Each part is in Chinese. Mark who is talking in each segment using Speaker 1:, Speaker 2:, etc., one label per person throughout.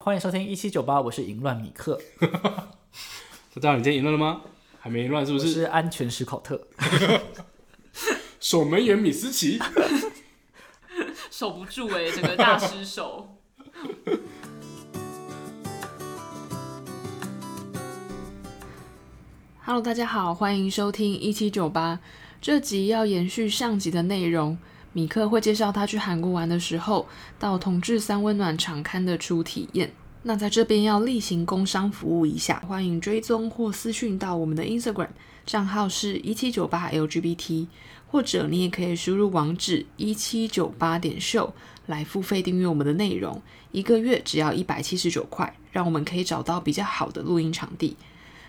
Speaker 1: 欢迎收听一七九八，我是淫乱米克，
Speaker 2: 大家，你今天赢了吗？还没乱是不
Speaker 1: 我
Speaker 2: 是？
Speaker 1: 是安全史考特。
Speaker 2: 守门员米斯奇，
Speaker 3: 守不住哎、整个大失手。Hello，大家好，欢迎收听一七九八。这集要延续上集的内容，米克会介绍他去韩国玩的时候，到同志三温暖场刊的初体验。那在这边要例行工商服务一下，欢迎追踪或私讯到我们的 Instagram 账号是一七九八 LGBT。或者你也可以输入网址一七九八点 show 来付费订阅我们的内容，一个月只要一百七十九块，让我们可以找到比较好的录音场地。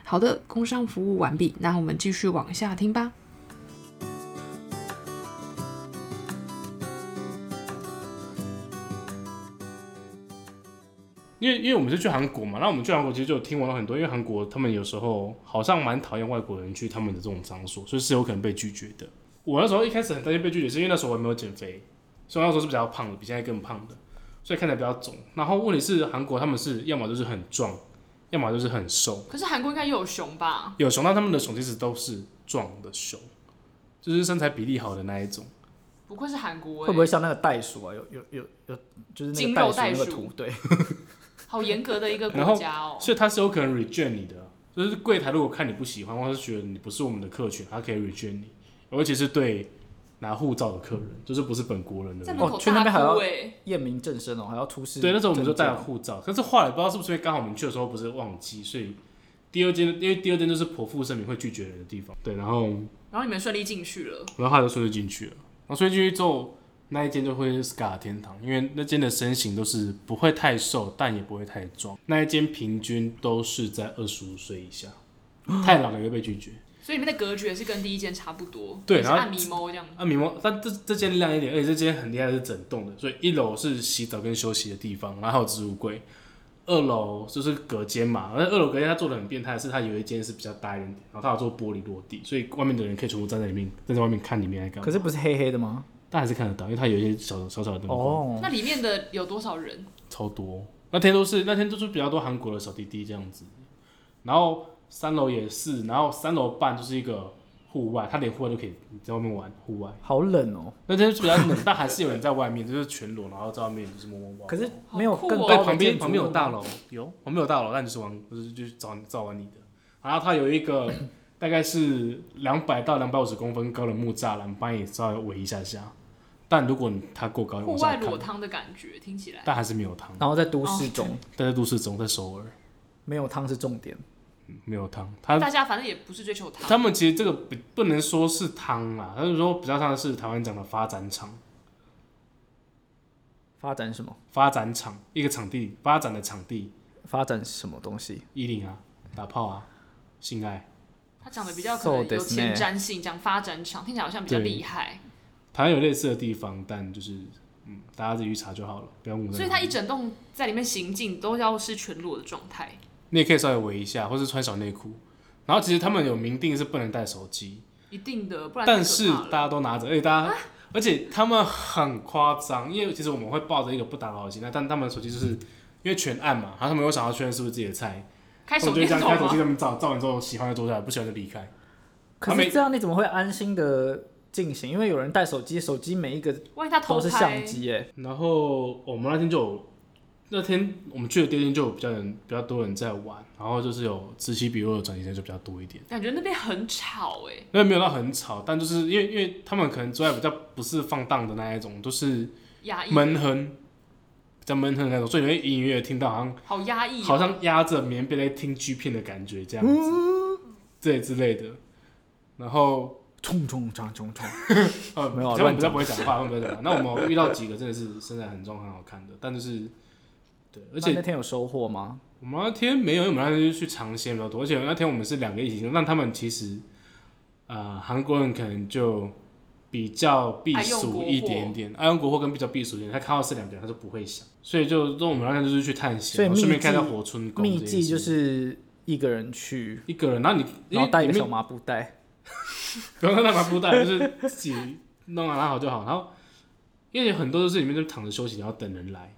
Speaker 3: 好的，工商服务完毕，那我们继续往下听吧。
Speaker 2: 因为因为我们是去韩国嘛，那我们去韩国其实就有听闻了很多，因为韩国他们有时候好像蛮讨厌外国人去他们的这种场所，所以是有可能被拒绝的。我那时候一开始很担心被拒绝，是因为那时候我还没有减肥，所以那时候是比较胖的，比现在更胖的，所以看起来比较肿。然后问题是韩国他们是要么就是很壮，要么就是很瘦，
Speaker 3: 可是韩国应该也有熊吧？
Speaker 2: 有熊，但他们的熊其实都是壮的熊，就是身材比例好的那一种。
Speaker 3: 不愧是韩国、欸，
Speaker 1: 会不会像那个袋鼠啊？有有有有，就是那
Speaker 3: 精
Speaker 1: 个
Speaker 3: 肉
Speaker 1: 袋鼠那个
Speaker 3: 袋鼠
Speaker 1: 图，对，
Speaker 3: 好严格的一个
Speaker 2: 然后
Speaker 3: 国家哦、
Speaker 2: 所以他是有可能 reject 你的，就是柜台如果看你不喜欢，或是觉得你不是我们的客群，他可以 reject 你，尤其是对拿护照的客人，就是不是本国人的
Speaker 3: 在
Speaker 2: 人。
Speaker 3: 门
Speaker 1: 哦
Speaker 3: 口
Speaker 1: 去那边还
Speaker 3: 大
Speaker 1: 要
Speaker 3: 哭哎、欸，
Speaker 1: 验明正身哦，还要出示。
Speaker 2: 对，那时候我们就带了。护照，可是后来不知道是不是因为刚好我们去的时候不是旺季，所以第二间因为第二间就是婆妇声明会拒绝人的地方，对，然后
Speaker 3: 然后你们顺利进去了，
Speaker 2: 然后他就顺利进去了，然后顺利进去之后，那一间就会是 SCA 天堂，因为那间的身形都是不会太瘦，但也不会太壮，那一间平均都是在二十五岁以 下，太老了也会被拒绝。
Speaker 3: 所以里面的格局也是跟第一间差不多，
Speaker 2: 对
Speaker 3: 也是
Speaker 2: 然后
Speaker 3: 按迷蒙这样。
Speaker 2: 啊，米蒙，但这这间亮一点，而且这间很厉害，是整栋的，所以一楼是洗澡跟休息的地方，然后还有置物柜。二楼就是隔间嘛，而二楼隔间它做的很变态，是它有一间是比较大一点点，然后它有做玻璃落地，所以外面的人可以全部站在里面，站在外面看里面在干嘛。
Speaker 1: 可是不是黑黑的吗？
Speaker 2: 但还是看得到，因为它有一些小小小的灯光，
Speaker 1: 哦，
Speaker 3: 那里面的有多少人？
Speaker 2: 超多。那天都是那天都是比较多韩国的小弟弟这样子，然后三楼也是，然后三楼半就是一个户外，它连户外都可以在外面玩户外。
Speaker 1: 好冷哦。
Speaker 2: 那天是比较冷，但还是有人在外面， 就是全裸，然后在外面就是摸摸摸。
Speaker 1: 可是
Speaker 3: 好
Speaker 1: 没有
Speaker 3: 酷
Speaker 1: 更
Speaker 3: 哦
Speaker 2: 对
Speaker 1: 高的
Speaker 2: 旁边
Speaker 1: 建筑
Speaker 2: 旁边有
Speaker 1: 物
Speaker 2: 大
Speaker 1: 吗，
Speaker 2: 楼，有旁边有大楼，但就是玩就是就是找找玩你的。然后它有一个 大概是两百到两百五十公分高的木栅栏，把你稍微围一下下。但如果你它够高，你
Speaker 3: 户
Speaker 2: 往
Speaker 3: 外
Speaker 2: 下
Speaker 3: 裸
Speaker 2: 看，
Speaker 3: 汤的感觉，听起来。
Speaker 2: 但还是没有汤。
Speaker 1: 然后在都市中
Speaker 2: 但在都市中，在首尔
Speaker 1: 没有汤是重点。
Speaker 2: 嗯没有汤。它
Speaker 3: 大家反正也不是追求他，
Speaker 2: 他们其实这个不不能说是汤啦，他是说比较像是台湾讲的发展场。
Speaker 1: 发展什么？
Speaker 2: 发展场一个场地，发展的场地，
Speaker 1: 发展什么东西？
Speaker 2: 衣领啊，打炮啊，性爱。
Speaker 3: 他讲的比较可能
Speaker 1: So
Speaker 3: 有
Speaker 1: this
Speaker 3: 前瞻性，讲发展场，听起来好像比较厉害，
Speaker 2: 台湾有类似的地方，但就是嗯，大家自己去查就好了，不要问我在哪里。
Speaker 3: 所以他一整栋在里面行进都要是全裸的状态，
Speaker 2: 你也可以稍微围一下，或是穿小内裤。然后其实他们有明定是不能带手机，
Speaker 3: 一定的，不然
Speaker 2: 但
Speaker 3: 太
Speaker 2: 是
Speaker 3: 可怕了
Speaker 2: 大家都拿着，而且大家，而且他们很夸张，因为其实我们会抱着一个不打扰的心态，但他们的手机就是因为全暗嘛，然后他们有想要确认是不是自己的菜，
Speaker 3: 开
Speaker 2: 他
Speaker 3: 手
Speaker 2: 们就会
Speaker 3: 电
Speaker 2: 这样开
Speaker 3: 筒
Speaker 2: 手机，
Speaker 3: 吗？
Speaker 2: 他们照照完之后喜欢就坐下来，不喜欢就离开。
Speaker 1: 可
Speaker 2: 他没
Speaker 1: 是这样你怎么会安心的进行？因为有人带手机，手机每一个
Speaker 3: 万一他
Speaker 1: 都
Speaker 3: 偷
Speaker 1: 是
Speaker 3: 拍
Speaker 1: 相，机哎。
Speaker 2: 然后我们那天就有，那天我们去的第一天就有比较人比较多人在玩，然后就是有此起彼落的转型就比较多一点。
Speaker 3: 感觉那边很吵哎，
Speaker 2: 那没有到很吵，但就是因为因为他们可能之外比较不是放荡的那一种，都是
Speaker 3: 压抑，
Speaker 2: 闷哼，比较闷哼的那种，所以你会隐隐约约听到好像
Speaker 3: 好压抑哦，
Speaker 2: 好像压着棉被在听 G 片的感觉这样子，对之类的。然后
Speaker 1: 冲冲冲冲冲！
Speaker 2: 呃，
Speaker 1: 没有啊
Speaker 2: 他
Speaker 1: 乱
Speaker 2: 们比较不会讲话，他们不 会讲话。那我们遇到几个真的是身材很壮很好看的，但就是对，而且
Speaker 1: 啊那那天有收获吗？
Speaker 2: 我们那天没有，因为我们那天去尝鲜比较多，而且那天我们是两个一起去，那他们其实，呃，韩国人可能就比较避俗一点点，爱用国货跟比较避俗一点，他看到是两个人，他就不会想，所以就那我们那天就是去探险，
Speaker 1: 所以
Speaker 2: 然后顺便
Speaker 1: 秘
Speaker 2: 看到
Speaker 1: 技
Speaker 2: 活春宫这件
Speaker 1: 哎秘
Speaker 2: 事，
Speaker 1: 技就是一个人去，
Speaker 2: 一个人，然后你因
Speaker 1: 然
Speaker 2: 为
Speaker 1: 后带一个
Speaker 2: 里面
Speaker 1: 小麻布袋，
Speaker 2: 不用让他拿布袋，就是自己弄好拿好就好。然后因为有很多都是里面就躺着休息，然后等人来，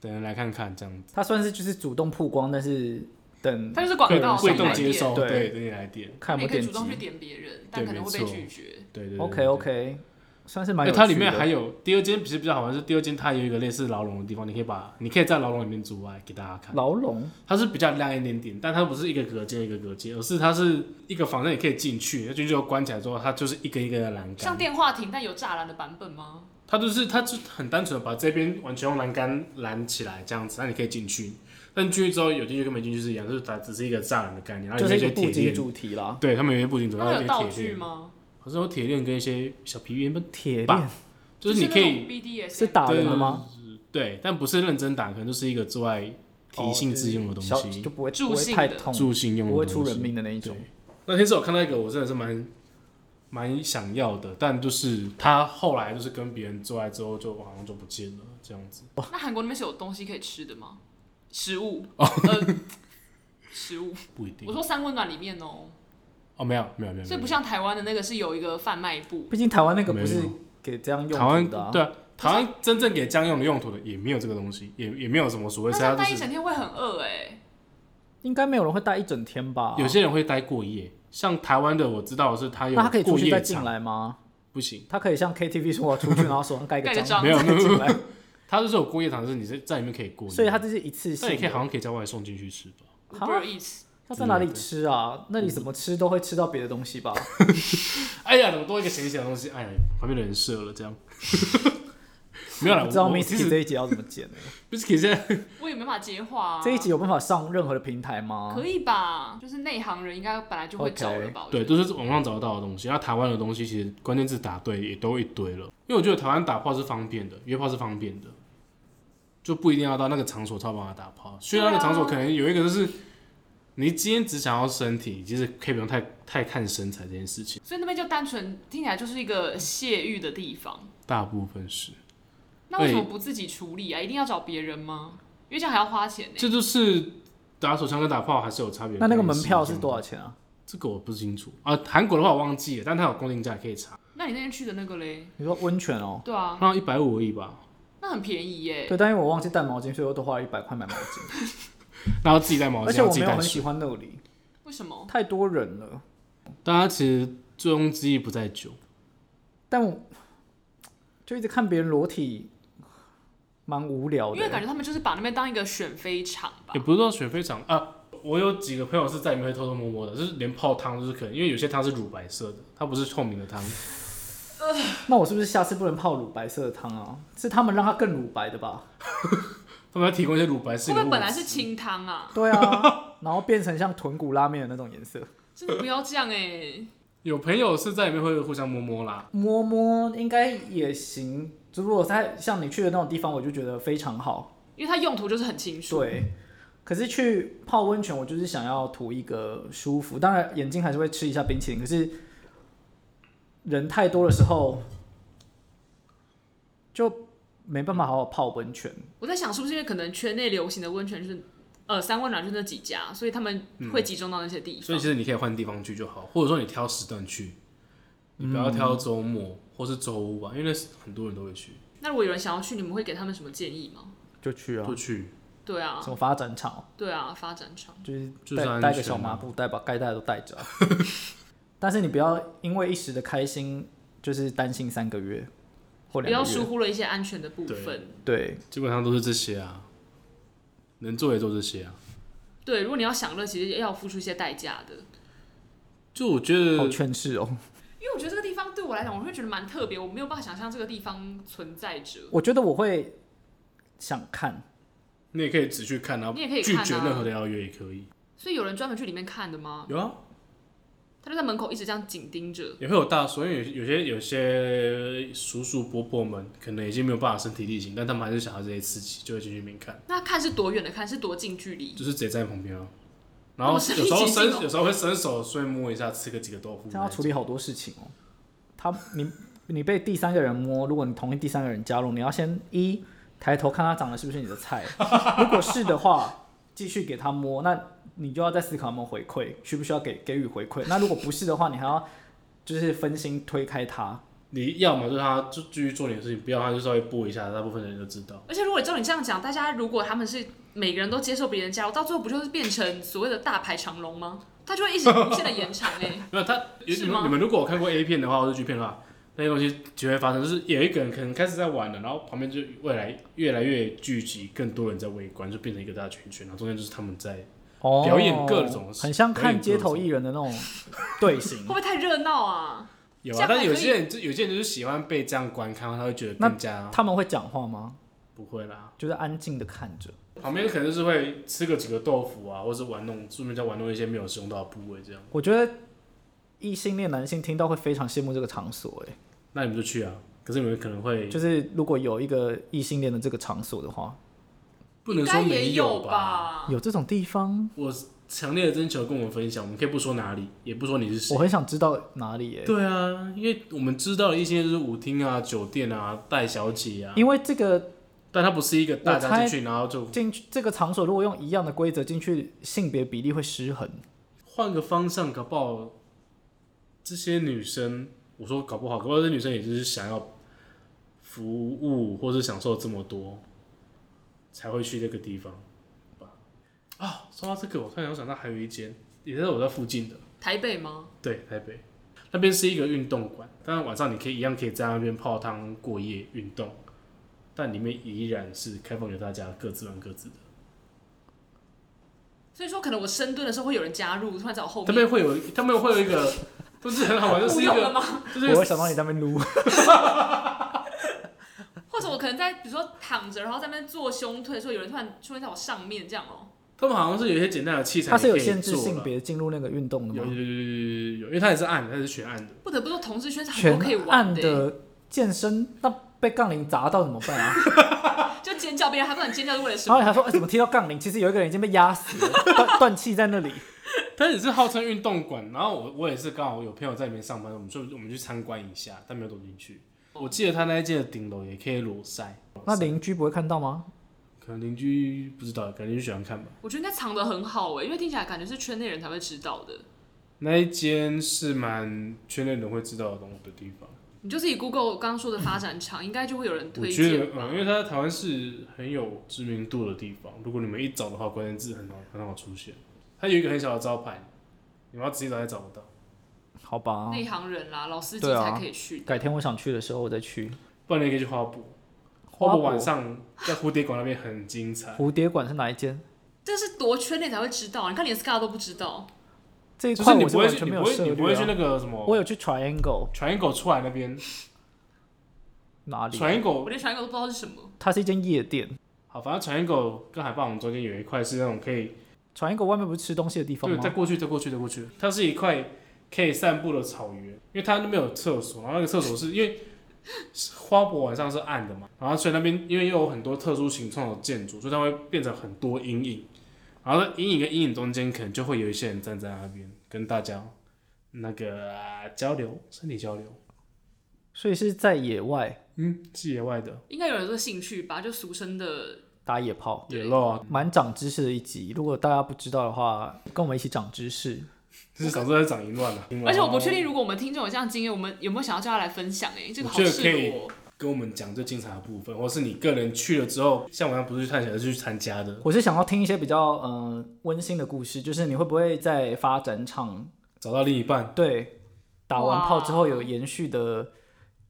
Speaker 2: 等人来看看这样子。
Speaker 1: 它算是就是主动曝光，但是等
Speaker 3: 它就是广告
Speaker 1: 贵
Speaker 2: 贵动
Speaker 3: 上
Speaker 1: 动
Speaker 3: 来
Speaker 2: 接
Speaker 3: 点，
Speaker 2: 收，
Speaker 1: 对
Speaker 2: 对，等你来点，
Speaker 1: 看有没
Speaker 3: 你可
Speaker 1: 有
Speaker 3: 以
Speaker 1: 点
Speaker 3: 主动去
Speaker 1: 击。
Speaker 3: 点别人，但
Speaker 2: 对
Speaker 3: 可能会
Speaker 2: 没
Speaker 3: 被
Speaker 2: 错
Speaker 3: 拒绝。
Speaker 2: 对对对
Speaker 1: OK OK，算是蛮
Speaker 2: 那
Speaker 1: 有
Speaker 2: 它
Speaker 1: 趣
Speaker 2: 里面
Speaker 1: 的
Speaker 2: 还有第二间，其实比较好玩是第二间，它有一个类似牢笼的地方，你可以把你可以在牢笼里面煮来给大家看。
Speaker 1: 牢笼，
Speaker 2: 它是比较亮一点点，但它不是一个隔间一个隔间，而是它是一个房间，你可以进去，那进去后关起来之后，它就是一根一根的栏
Speaker 3: 像
Speaker 2: 杆。
Speaker 3: 电话亭，但有栅栏的版本吗？
Speaker 2: 它就是它就很单纯的把这边完全用栏杆拦起来这样子，那你可以进去。但进去之后有进去跟没进去是一样，就是它只是一个栅栏的概念，然后
Speaker 1: 就
Speaker 2: 有
Speaker 1: 是
Speaker 2: 一
Speaker 1: 一个
Speaker 2: 些
Speaker 1: 布
Speaker 2: 铁
Speaker 1: 景
Speaker 2: 链。
Speaker 1: 主题啦，
Speaker 2: 对他们有一些布景，主
Speaker 3: 他
Speaker 2: 要
Speaker 3: 们
Speaker 2: 有一啊
Speaker 3: 有
Speaker 2: 些
Speaker 3: 道
Speaker 2: 铁
Speaker 3: 具
Speaker 2: 链，
Speaker 3: 吗？
Speaker 2: 好像有铁链跟一些小皮鞭吧，
Speaker 1: 铁
Speaker 2: 吧
Speaker 1: 链
Speaker 2: 就是
Speaker 3: 是
Speaker 2: 你可以
Speaker 3: BDS
Speaker 1: 是打人的吗？
Speaker 2: 对，但不是认真打，可能就是一个做爱提性自用的
Speaker 1: 哦
Speaker 2: 东
Speaker 1: 小
Speaker 2: 西，
Speaker 1: 就不会
Speaker 3: 助
Speaker 1: 不会
Speaker 3: 兴
Speaker 1: 太
Speaker 3: 的
Speaker 1: 痛，
Speaker 2: 助性用的
Speaker 1: 不会
Speaker 2: 东西。
Speaker 1: 出人命的那一
Speaker 2: 对
Speaker 1: 种。，
Speaker 2: 那天是我看到一个，我真的是蛮蛮想要的，但就是他后来就是跟别人做爱之后，就好像就不见了这样子。
Speaker 3: 那韩国那边是有东西可以吃的吗？食物？
Speaker 2: 哦
Speaker 3: 呃，食 物。
Speaker 2: 不一
Speaker 3: 我
Speaker 2: 定
Speaker 3: 说三温暖里面哦，
Speaker 2: 哦，没有没有没有，
Speaker 3: 所以
Speaker 2: 没有
Speaker 3: 不像台湾的那个是有一个贩卖部，
Speaker 1: 毕竟台湾那个不是
Speaker 2: 没有
Speaker 1: 给这样
Speaker 2: 台
Speaker 1: 用
Speaker 2: 湾
Speaker 1: 途的啊，
Speaker 2: 对啊，台湾真正给家用的用途的也没有这个东西，也也没有什么所谓，
Speaker 3: 那
Speaker 2: 是
Speaker 3: 这样
Speaker 2: 就
Speaker 3: 待一
Speaker 2: 是
Speaker 3: 整天会很饿哎。
Speaker 1: 应该没有人会待一整天吧？
Speaker 2: 有些人会待过夜，像台湾的我知道的是他有
Speaker 1: 那他可以出
Speaker 2: 过
Speaker 1: 去
Speaker 2: 夜
Speaker 1: 再进
Speaker 2: 场，
Speaker 1: 来吗？
Speaker 2: 不行。
Speaker 1: 他可以像 KTV 说我出 去，然后手上盖一
Speaker 3: 盖
Speaker 1: 个
Speaker 3: 个
Speaker 1: 章，
Speaker 3: 章
Speaker 2: 没有
Speaker 1: 再进来，
Speaker 2: 他就是有过夜场，就是你在在里面可以过夜，
Speaker 1: 所以他这是一次性
Speaker 2: 但
Speaker 1: 的。
Speaker 2: 你可以好像可以叫外送进去吃吧。
Speaker 1: 哈
Speaker 3: Uber Eats，
Speaker 1: 他在哪里吃啊？那你怎么吃都会吃到别的东西吧？
Speaker 2: 哎呀，怎么多一个咸咸的东西？哎呀，旁边的人射了这样。 没有啦，
Speaker 1: 不知道
Speaker 2: 嗯我
Speaker 1: m
Speaker 2: 我
Speaker 1: i
Speaker 2: 其
Speaker 1: s
Speaker 2: 实
Speaker 1: k 这一集要怎么剪呢？
Speaker 2: 不是，可现在
Speaker 3: 我也没法接话啊。
Speaker 1: 这一集有办法上任何的平台
Speaker 2: 啊
Speaker 1: 吗？
Speaker 3: 可以吧？就是内行人应该本来就会找了吧？我觉
Speaker 2: 对，
Speaker 3: 得
Speaker 2: 都是网上找得到的东西。那台湾的东西其实关键字打对也都一堆了，因为我觉得台湾打炮是方便的，约炮是方便的，就不一定要到那个场所才有办法打炮。虽然那个场所可能有一个就是。你今天只想要身体，其实可以不用太太看身材这件事情，
Speaker 3: 所以那边就单纯听起来就是一个泄欲的地方。
Speaker 2: 大部分是。
Speaker 3: 那为什么不自己处理啊？一定要找别人吗？因为这样还要花钱呢、欸
Speaker 2: 这就是打手枪跟打炮还是有差别。
Speaker 1: 那那个门票是
Speaker 2: 少？
Speaker 1: 多少钱啊？
Speaker 2: 这个我不清楚啊，韩国的话我忘记了，但它有公定价可以查，
Speaker 3: 那你那天去的那个嘞？
Speaker 1: 你说温泉哦？
Speaker 3: 对啊，
Speaker 2: 好像一百五而已吧。
Speaker 3: 那很便宜耶、
Speaker 1: 对，但因为我忘记带毛巾，所以我多花了一百块买毛巾。
Speaker 2: 然后自己带毛
Speaker 1: 而
Speaker 2: 巾，
Speaker 1: 且
Speaker 2: 然
Speaker 1: 我
Speaker 2: 后自
Speaker 1: 没
Speaker 2: 己
Speaker 1: 有
Speaker 2: 带
Speaker 1: 很
Speaker 2: 水
Speaker 1: 喜。欢那里，
Speaker 3: 为什么？
Speaker 1: 太多人了。
Speaker 2: 大家其实醉翁之意不在酒，
Speaker 1: 但我就一直看别人裸体，蛮无聊
Speaker 3: 因为感
Speaker 1: 的。
Speaker 3: 觉他们就是把那边当一个选妃场吧
Speaker 2: 也。不是说水非常啊。我有几个朋友是在里面会偷偷摸摸的，就是连泡汤就是可能，因为有些汤是乳白色的，它不是透明的汤。
Speaker 1: 那我是不是下次不能泡乳白色的汤啊？是他们让它更乳白的吧？
Speaker 2: 他们要提供一些乳白色
Speaker 3: 会
Speaker 2: 的
Speaker 3: 不
Speaker 2: 物质。
Speaker 3: 会本来是清汤啊？
Speaker 1: 对 啊，然后变成像豚骨拉面的那种颜色。
Speaker 3: 真的不要这样哎、
Speaker 2: 有朋友是在里面会互相摸摸啦，
Speaker 1: 摸摸应该也行，就如果在像你去的那种地方，我就觉得非常好。
Speaker 3: 因为它用途就是很清楚。
Speaker 1: 对，可是去泡温泉，我就是想要图一个舒服。当然，眼睛还是会吃一下冰淇淋，可是人太多的时候就没办法好好泡温泉。
Speaker 3: 我在想是不是因为可能圈内流行的温泉就是呃三温暖就那几家，所以他们会集中到那些
Speaker 1: 嗯
Speaker 3: 地
Speaker 2: 所
Speaker 3: 方。
Speaker 2: 以其实你可以换地方去就好，或者说你挑时段去，你不要挑周末或是周五啊吧，因为那是很多人都会去，
Speaker 3: 那如果有人想要去，你们会给他们什么建议吗？
Speaker 1: 就去啊
Speaker 2: 都，去。
Speaker 3: 对啊
Speaker 1: 什，么发展场，
Speaker 3: 对啊，发展场。
Speaker 1: 就是
Speaker 2: 就是
Speaker 1: 带
Speaker 2: 安
Speaker 1: 带个
Speaker 2: 全
Speaker 1: 小
Speaker 2: 啊
Speaker 1: 麻布袋，把该带的都带着啊。但是你不要因为一时的开心，就是担心三个月或
Speaker 3: 不
Speaker 1: 两
Speaker 3: 要
Speaker 1: 个
Speaker 3: 疏
Speaker 1: 月。
Speaker 3: 忽了一些安全的部分。
Speaker 1: 对，
Speaker 2: 基本上都是这些啊，能做也做这些啊。
Speaker 3: 对，如果你要享乐，其实要付出一些代价的。
Speaker 2: 就我觉
Speaker 1: 好
Speaker 2: 得，
Speaker 1: 劝世哦。
Speaker 3: 因为我觉得这个地方对我来讲，我会觉得蛮特别，我没有办法想象这个地方存在着。
Speaker 1: 我觉得我会想看，
Speaker 2: 你也可以只去看啊，
Speaker 3: 你也可以
Speaker 2: 拒
Speaker 3: 看啊
Speaker 2: 绝任何的邀约也可以。
Speaker 3: 所以有人专门去里面看的吗？
Speaker 2: 有啊，
Speaker 3: 他就在门口一直这样紧盯着。
Speaker 2: 也会有大叔，因为有有些有些叔叔伯伯们可能已经没有办法身体力行，但他们还是想要这些刺激，就会进去里面看，
Speaker 3: 那看是多远的看，是多近距离？
Speaker 2: 就是直接站在旁边啊。然后
Speaker 3: 那
Speaker 2: 有
Speaker 3: 么身临
Speaker 2: 时候
Speaker 3: 其境哦
Speaker 2: 伸，有时候会伸手顺便摸一下，吃个几个豆腐。
Speaker 1: 这样要处理好多事情哦。他，你你被第三个人摸，如果你同意第三个人加入，你要先一抬头看他长得是不是你的菜， 如果是的话，继续给他摸，那你就要再思考有没有回馈，需不需要给给予回馈。那如果不是的话，你还要就是分心推开他，
Speaker 2: 你要么就他就继续做你的事情，不要他就稍微播一下，大部分人就知道。
Speaker 3: 而且如果照你这样讲，大家如果他们是每个人都接受别人加入，到最后不就是变成所谓的大排长龙吗？它就会一直无限的延长哎、
Speaker 2: 没有他，有
Speaker 3: 是
Speaker 2: 你
Speaker 3: 吗
Speaker 2: 们你们如果有看过 A 片的话，或者剧片的话，那些东西就会发生，就是有一个人可能开始在玩了，然后旁边就未来越来越聚集，更多人在围观，就变成一个大圈圈，然后中间就是他们在
Speaker 1: 哦，
Speaker 2: 表演各种
Speaker 1: 很像
Speaker 2: 表
Speaker 1: 看
Speaker 2: 演各
Speaker 1: 街
Speaker 2: 种
Speaker 1: 头艺人的那种队形
Speaker 3: 会不。会太热闹啊？
Speaker 2: 有啊
Speaker 3: 这样，
Speaker 2: 但
Speaker 3: 还
Speaker 2: 是有
Speaker 3: 可以
Speaker 2: 些人就有些人就是喜欢被这样观看，他会觉得
Speaker 1: 那
Speaker 2: 更
Speaker 3: 嗯
Speaker 2: 加
Speaker 1: 他们会讲话吗？
Speaker 2: 不会啦。
Speaker 1: 就是安静的看着。
Speaker 2: 旁边可能就是会吃个几个豆腐啊，或者玩弄顺便再玩弄一些没有使用到的部位这样。
Speaker 1: 我觉得异性恋男性听到会非常羡慕这个场所、欸，
Speaker 2: 那你们就去啊，可是你们可能会
Speaker 1: 就是如果有一个异性恋的这个场所的话，
Speaker 2: 不
Speaker 3: 应
Speaker 2: 能
Speaker 3: 该
Speaker 2: 说
Speaker 3: 也
Speaker 2: 没
Speaker 3: 有
Speaker 2: 吧？
Speaker 3: 吧？
Speaker 1: 有这种地方，
Speaker 2: 我强烈的征求跟我们分享，我们可以不说哪里，也不说你是谁
Speaker 1: 我。很想知道哪里、欸，
Speaker 2: 对啊，因为我们知道的一些就是舞厅啊、酒店啊、带小姐啊，
Speaker 1: 因为这个
Speaker 2: 但它不是一个大家进去然后就
Speaker 1: 进去这个场所，如果用一样的规则进去，性别比例会失衡。
Speaker 2: 换个方向，搞不好这些女生，我说搞不好，搞不好这些女生也就是想要服务或是享受这么多，才会去那个地方吧。啊，说到这个，我突然有想到还有一间也是我在附近的，
Speaker 3: 台北吗？
Speaker 2: 对，台北那边是一个运动馆，当然晚上你可以一样可以在那边泡汤过夜运动，但里面依然是开放给大家各自玩各自的。
Speaker 3: 所以说，可能我深蹲的时候会有人加入，突然在我后
Speaker 2: 他
Speaker 3: 面
Speaker 2: 们。会有，他们会有一个， 不是很好 玩，就是一
Speaker 3: 互动了
Speaker 2: 个，
Speaker 3: 吗？
Speaker 2: 就是一
Speaker 1: 我
Speaker 2: 个
Speaker 1: 会想到你在那边撸，
Speaker 3: 或者我可能在比如说躺着，然后在那边做胸推的时候，有人突然出现在我上面这样哦、
Speaker 2: 他们好像是有一些简单的器材，
Speaker 1: 它是有限制性。别进入那个运动的
Speaker 2: 有有有
Speaker 1: 吗？
Speaker 2: 有有有，因为它也是暗，的，它是全暗的。
Speaker 3: 不得不说，同志圈是很
Speaker 1: 全
Speaker 3: 多可以玩
Speaker 1: 暗
Speaker 3: 的欸、
Speaker 1: 的健身，那被杠铃砸到怎么办啊？
Speaker 3: 就尖叫，别人还不敢尖叫是为了什
Speaker 1: 然后
Speaker 3: 么？
Speaker 1: 他说、哎怎么踢到杠铃？其实有一个人已经被压死了，断断气在那里。
Speaker 2: 它也是号称运动馆，然后我我也是刚好有朋友在里面上班，我们就我们去参观一下，但没有走进去。我记得他那一间的顶楼也可以裸晒，
Speaker 1: 那邻居不会看到吗？
Speaker 2: 可能邻居不知道，可能邻居喜欢看吧。
Speaker 3: 我觉得应该藏得很好哎、因为听起来感觉是圈内人才会知道的。
Speaker 2: 那一间是蛮圈内人会知道的东的地方，
Speaker 3: 你就自己 Google 我刚刚说的发展场，应该就会有人
Speaker 2: 我
Speaker 3: 推
Speaker 2: 觉
Speaker 3: 荐
Speaker 2: 得，嗯，因为它在台湾是很有知名度的地方。如果你们一找的话，关键字很好很好出现。它有一个很小的招牌，你们要仔细找也找不到。
Speaker 1: 好
Speaker 2: 啊
Speaker 1: 吧，
Speaker 3: 内行人啦，老司机
Speaker 1: 对啊
Speaker 3: 才可以去。
Speaker 1: 改天我想去的时候我再去。
Speaker 2: 不然你可以去花博，花博晚上在蝴蝶馆那边很精彩。
Speaker 1: 蝴蝶馆是哪一间？
Speaker 3: 这是多圈内才会知道，你看连 Scar 都不知道。
Speaker 1: 这一
Speaker 2: 就是
Speaker 1: 块
Speaker 2: 你
Speaker 1: 我
Speaker 2: 不会
Speaker 1: 完
Speaker 2: 去，
Speaker 1: 全
Speaker 2: 你
Speaker 1: 没
Speaker 2: 不
Speaker 1: 有
Speaker 2: 会，
Speaker 1: 涉
Speaker 2: 你不会
Speaker 1: 猎、
Speaker 2: 去
Speaker 1: 啊。
Speaker 2: 那个什么
Speaker 1: 我有去 Triangle
Speaker 2: 船狗出来那边，
Speaker 1: 哪里？啊
Speaker 2: 船
Speaker 3: 我
Speaker 2: 狗
Speaker 3: 连传一个都不知道是什么。
Speaker 1: 它是一间夜店。
Speaker 2: 好，反正船狗跟海霸王中间有一块是那种可以
Speaker 1: Triangle 外面不是吃东西的地方
Speaker 2: 对，
Speaker 1: 吗
Speaker 2: 再？过去，再过去，再过去，它是一块可以散步的草原，因为它那边有厕所，然后那个厕所是因为花博晚上是暗的嘛，然后所以那边因为又有很多特殊形状的建筑，所以它会变成很多阴影，然后在阴影跟阴影中间可能就会有一些人站在那边跟大家那个、啊交流，身体交流，
Speaker 1: 所以是在野外
Speaker 2: 嗯，是野外的
Speaker 3: 应该有人说兴趣吧，就俗称的
Speaker 1: 打野炮，
Speaker 2: 野肉啊，
Speaker 1: 蛮长知识的一集。如果大家不知道的话，跟我们一起长知识。
Speaker 2: 就是早知道长淫乱了，
Speaker 3: 而且我不确定，如果我们听众有这样的经验，我们有没有想要叫他来分享、欸？哎，这个好
Speaker 2: 我觉得
Speaker 3: 适
Speaker 2: 可以
Speaker 3: 合我。
Speaker 2: 跟我们讲最精彩的部分，或是你个人去了之后，像我刚刚不是去探险，而是去参加的。
Speaker 1: 我是想要听一些比较嗯、呃温馨的故事，就是你会不会在发展场
Speaker 2: 找到另一半，
Speaker 1: 对打完炮之后
Speaker 3: 哇
Speaker 1: 有延续的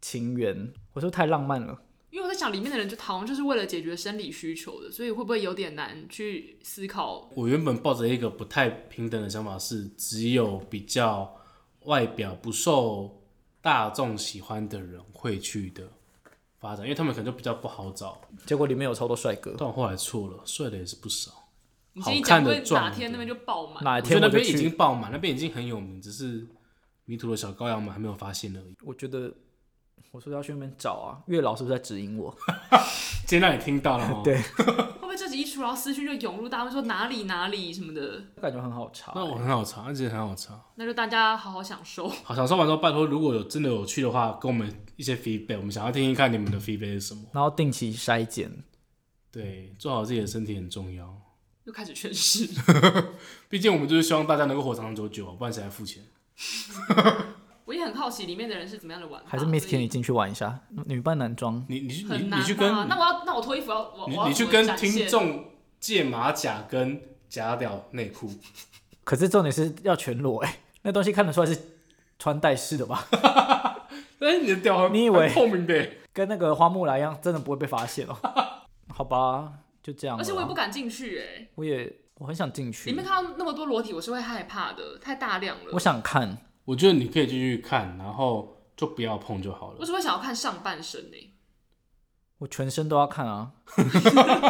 Speaker 1: 情缘？我说太浪漫了。
Speaker 3: 因为我在想，里面的人就好像就是为了解决生理需求的，所以会不会有点难去思考？
Speaker 2: 我原本抱着一个不太平等的想法，是只有比较外表不受大众喜欢的人会去的发展，因为他们可能就比较不好找。
Speaker 1: 结果里面有超多帅哥，
Speaker 2: 但我后来错了，帅的也是不少。
Speaker 3: 你今天
Speaker 2: 好
Speaker 3: 讲
Speaker 2: 看的
Speaker 3: 会
Speaker 2: 壮
Speaker 3: 哪天
Speaker 2: 的
Speaker 3: 那边就爆满？
Speaker 1: 哪
Speaker 2: 我
Speaker 1: 一
Speaker 2: 觉
Speaker 1: 天
Speaker 2: 得那
Speaker 1: 就
Speaker 2: 边已
Speaker 1: 去？
Speaker 2: 经爆满，那边已经很有名，只是迷途的小羔羊们还没有发现而已。
Speaker 1: 我觉得我说要去那边找啊，月老是不是在指引我？
Speaker 2: 今天让你听到了哦。
Speaker 1: 对
Speaker 3: 会不会这集一出，然后私讯就涌入，大家会说哪里哪里什么的？
Speaker 1: 感觉很好查、欸
Speaker 2: 那我很好查，那其实很好查。
Speaker 3: 那就大家好好享受。
Speaker 2: 好，想说完之后，拜托，如果有真的有去的话，跟我们一些 feedback，我们想要听听看你们的 feedback 是什么。
Speaker 1: 然后定期筛检，
Speaker 2: 对，做好自己的身体很重要。
Speaker 3: 又开始诠释，
Speaker 2: 毕竟我们就是希望大家能够活长长久久，不然谁来付钱？
Speaker 3: 我我也很好奇里面的人是怎么样的玩法。
Speaker 1: 还是 Miss
Speaker 3: 啊所
Speaker 1: Kenny
Speaker 3: 以
Speaker 1: 进去玩一下，女扮男装。
Speaker 2: 你你去你
Speaker 3: 很
Speaker 2: 你
Speaker 3: 难
Speaker 2: 去跟
Speaker 3: 吧那我要那我脱衣服要我
Speaker 2: 你
Speaker 3: 我要
Speaker 2: 你去
Speaker 3: 怎么
Speaker 2: 跟
Speaker 3: 展现
Speaker 2: 听众借马甲跟夹掉内裤，
Speaker 1: 可是重点是要全裸哎、那东西看得出来是穿戴式的吧？
Speaker 2: 哎，你的屌很
Speaker 1: 你以为
Speaker 2: 很透明的耶？
Speaker 1: 跟那个花木兰一样，真的不会被发现哦、 好吧，就这样了
Speaker 3: 而
Speaker 1: 啦。
Speaker 3: 且我也不敢进去哎、
Speaker 1: 我也我很想进去
Speaker 3: 里面，看到那么多裸体，我是会害怕的，太大量了。
Speaker 1: 我想看，
Speaker 2: 我觉得你可以继续看，然后就不要碰就好
Speaker 3: 我
Speaker 2: 了。
Speaker 3: 只会想要看上半身呢、欸
Speaker 1: 我全身都要看 啊！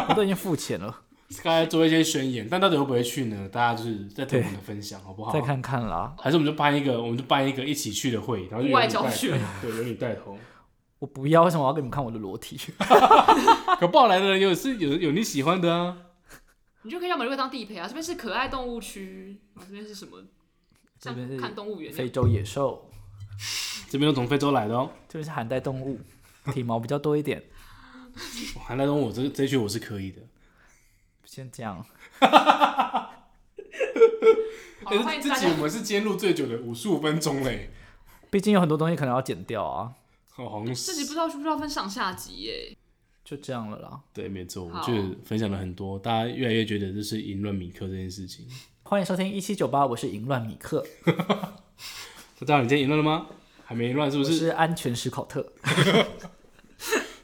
Speaker 1: 我都已经付钱了，
Speaker 2: 刚才做一些宣言，但到底会不会去呢？大家就是在等我们的分享，好不
Speaker 3: 哦
Speaker 2: 好
Speaker 1: 再？看看啦。
Speaker 2: 还是我们就办一个，我们就办一个一起去的会，然后就
Speaker 3: 户
Speaker 2: 由
Speaker 3: 外
Speaker 2: 你
Speaker 3: 教
Speaker 2: 带，
Speaker 3: 学
Speaker 2: 对，由你带头。
Speaker 1: 我不要，为什么我要给你们看我的裸 体？
Speaker 2: 可抱来的人有是有有你喜欢的啊，
Speaker 3: 你就可以让每个当地陪啊。这边是可爱动物区，然后这边是什么？
Speaker 1: 这
Speaker 3: 像
Speaker 1: 边
Speaker 3: 看
Speaker 1: 是
Speaker 3: 动物园那
Speaker 1: 非
Speaker 3: 样。
Speaker 1: 洲野兽，
Speaker 2: 这边有从非洲来的哦。
Speaker 1: 这边是寒带动物，体毛比较多一点。
Speaker 2: 韩大东，我这这一句我是可以的。
Speaker 1: 先这样，
Speaker 3: 好了，欢迎
Speaker 2: 这
Speaker 3: 大
Speaker 2: 集
Speaker 3: 家
Speaker 2: 我。们是今天录最久的五十五分钟嘞，
Speaker 1: 毕竟有很多东西可能要剪掉啊，
Speaker 2: 好好像
Speaker 3: 这集不
Speaker 2: 是。
Speaker 3: 知道需不需要分上下集欸耶、
Speaker 1: 就这样了啦。
Speaker 2: 对，没错，我
Speaker 3: 好
Speaker 2: 觉得分享了很多，大家越来越觉得这是淫乱米克这件事情。
Speaker 1: 欢迎收听一七九八，我是淫乱米克，
Speaker 2: 大家，你今天淫乱了吗？还没淫乱是不
Speaker 1: 我
Speaker 2: 是？
Speaker 1: 是安全史考特，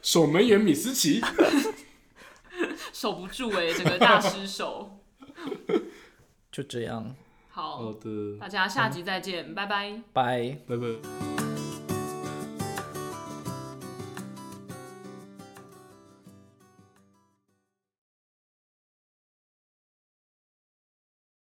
Speaker 2: 守门员米斯奇，
Speaker 3: 守不住哎、整个大失手。
Speaker 1: 就这样，
Speaker 3: 好，
Speaker 2: 好的，呃
Speaker 3: 大家下集再见，拜拜。
Speaker 1: 拜。
Speaker 2: 拜拜。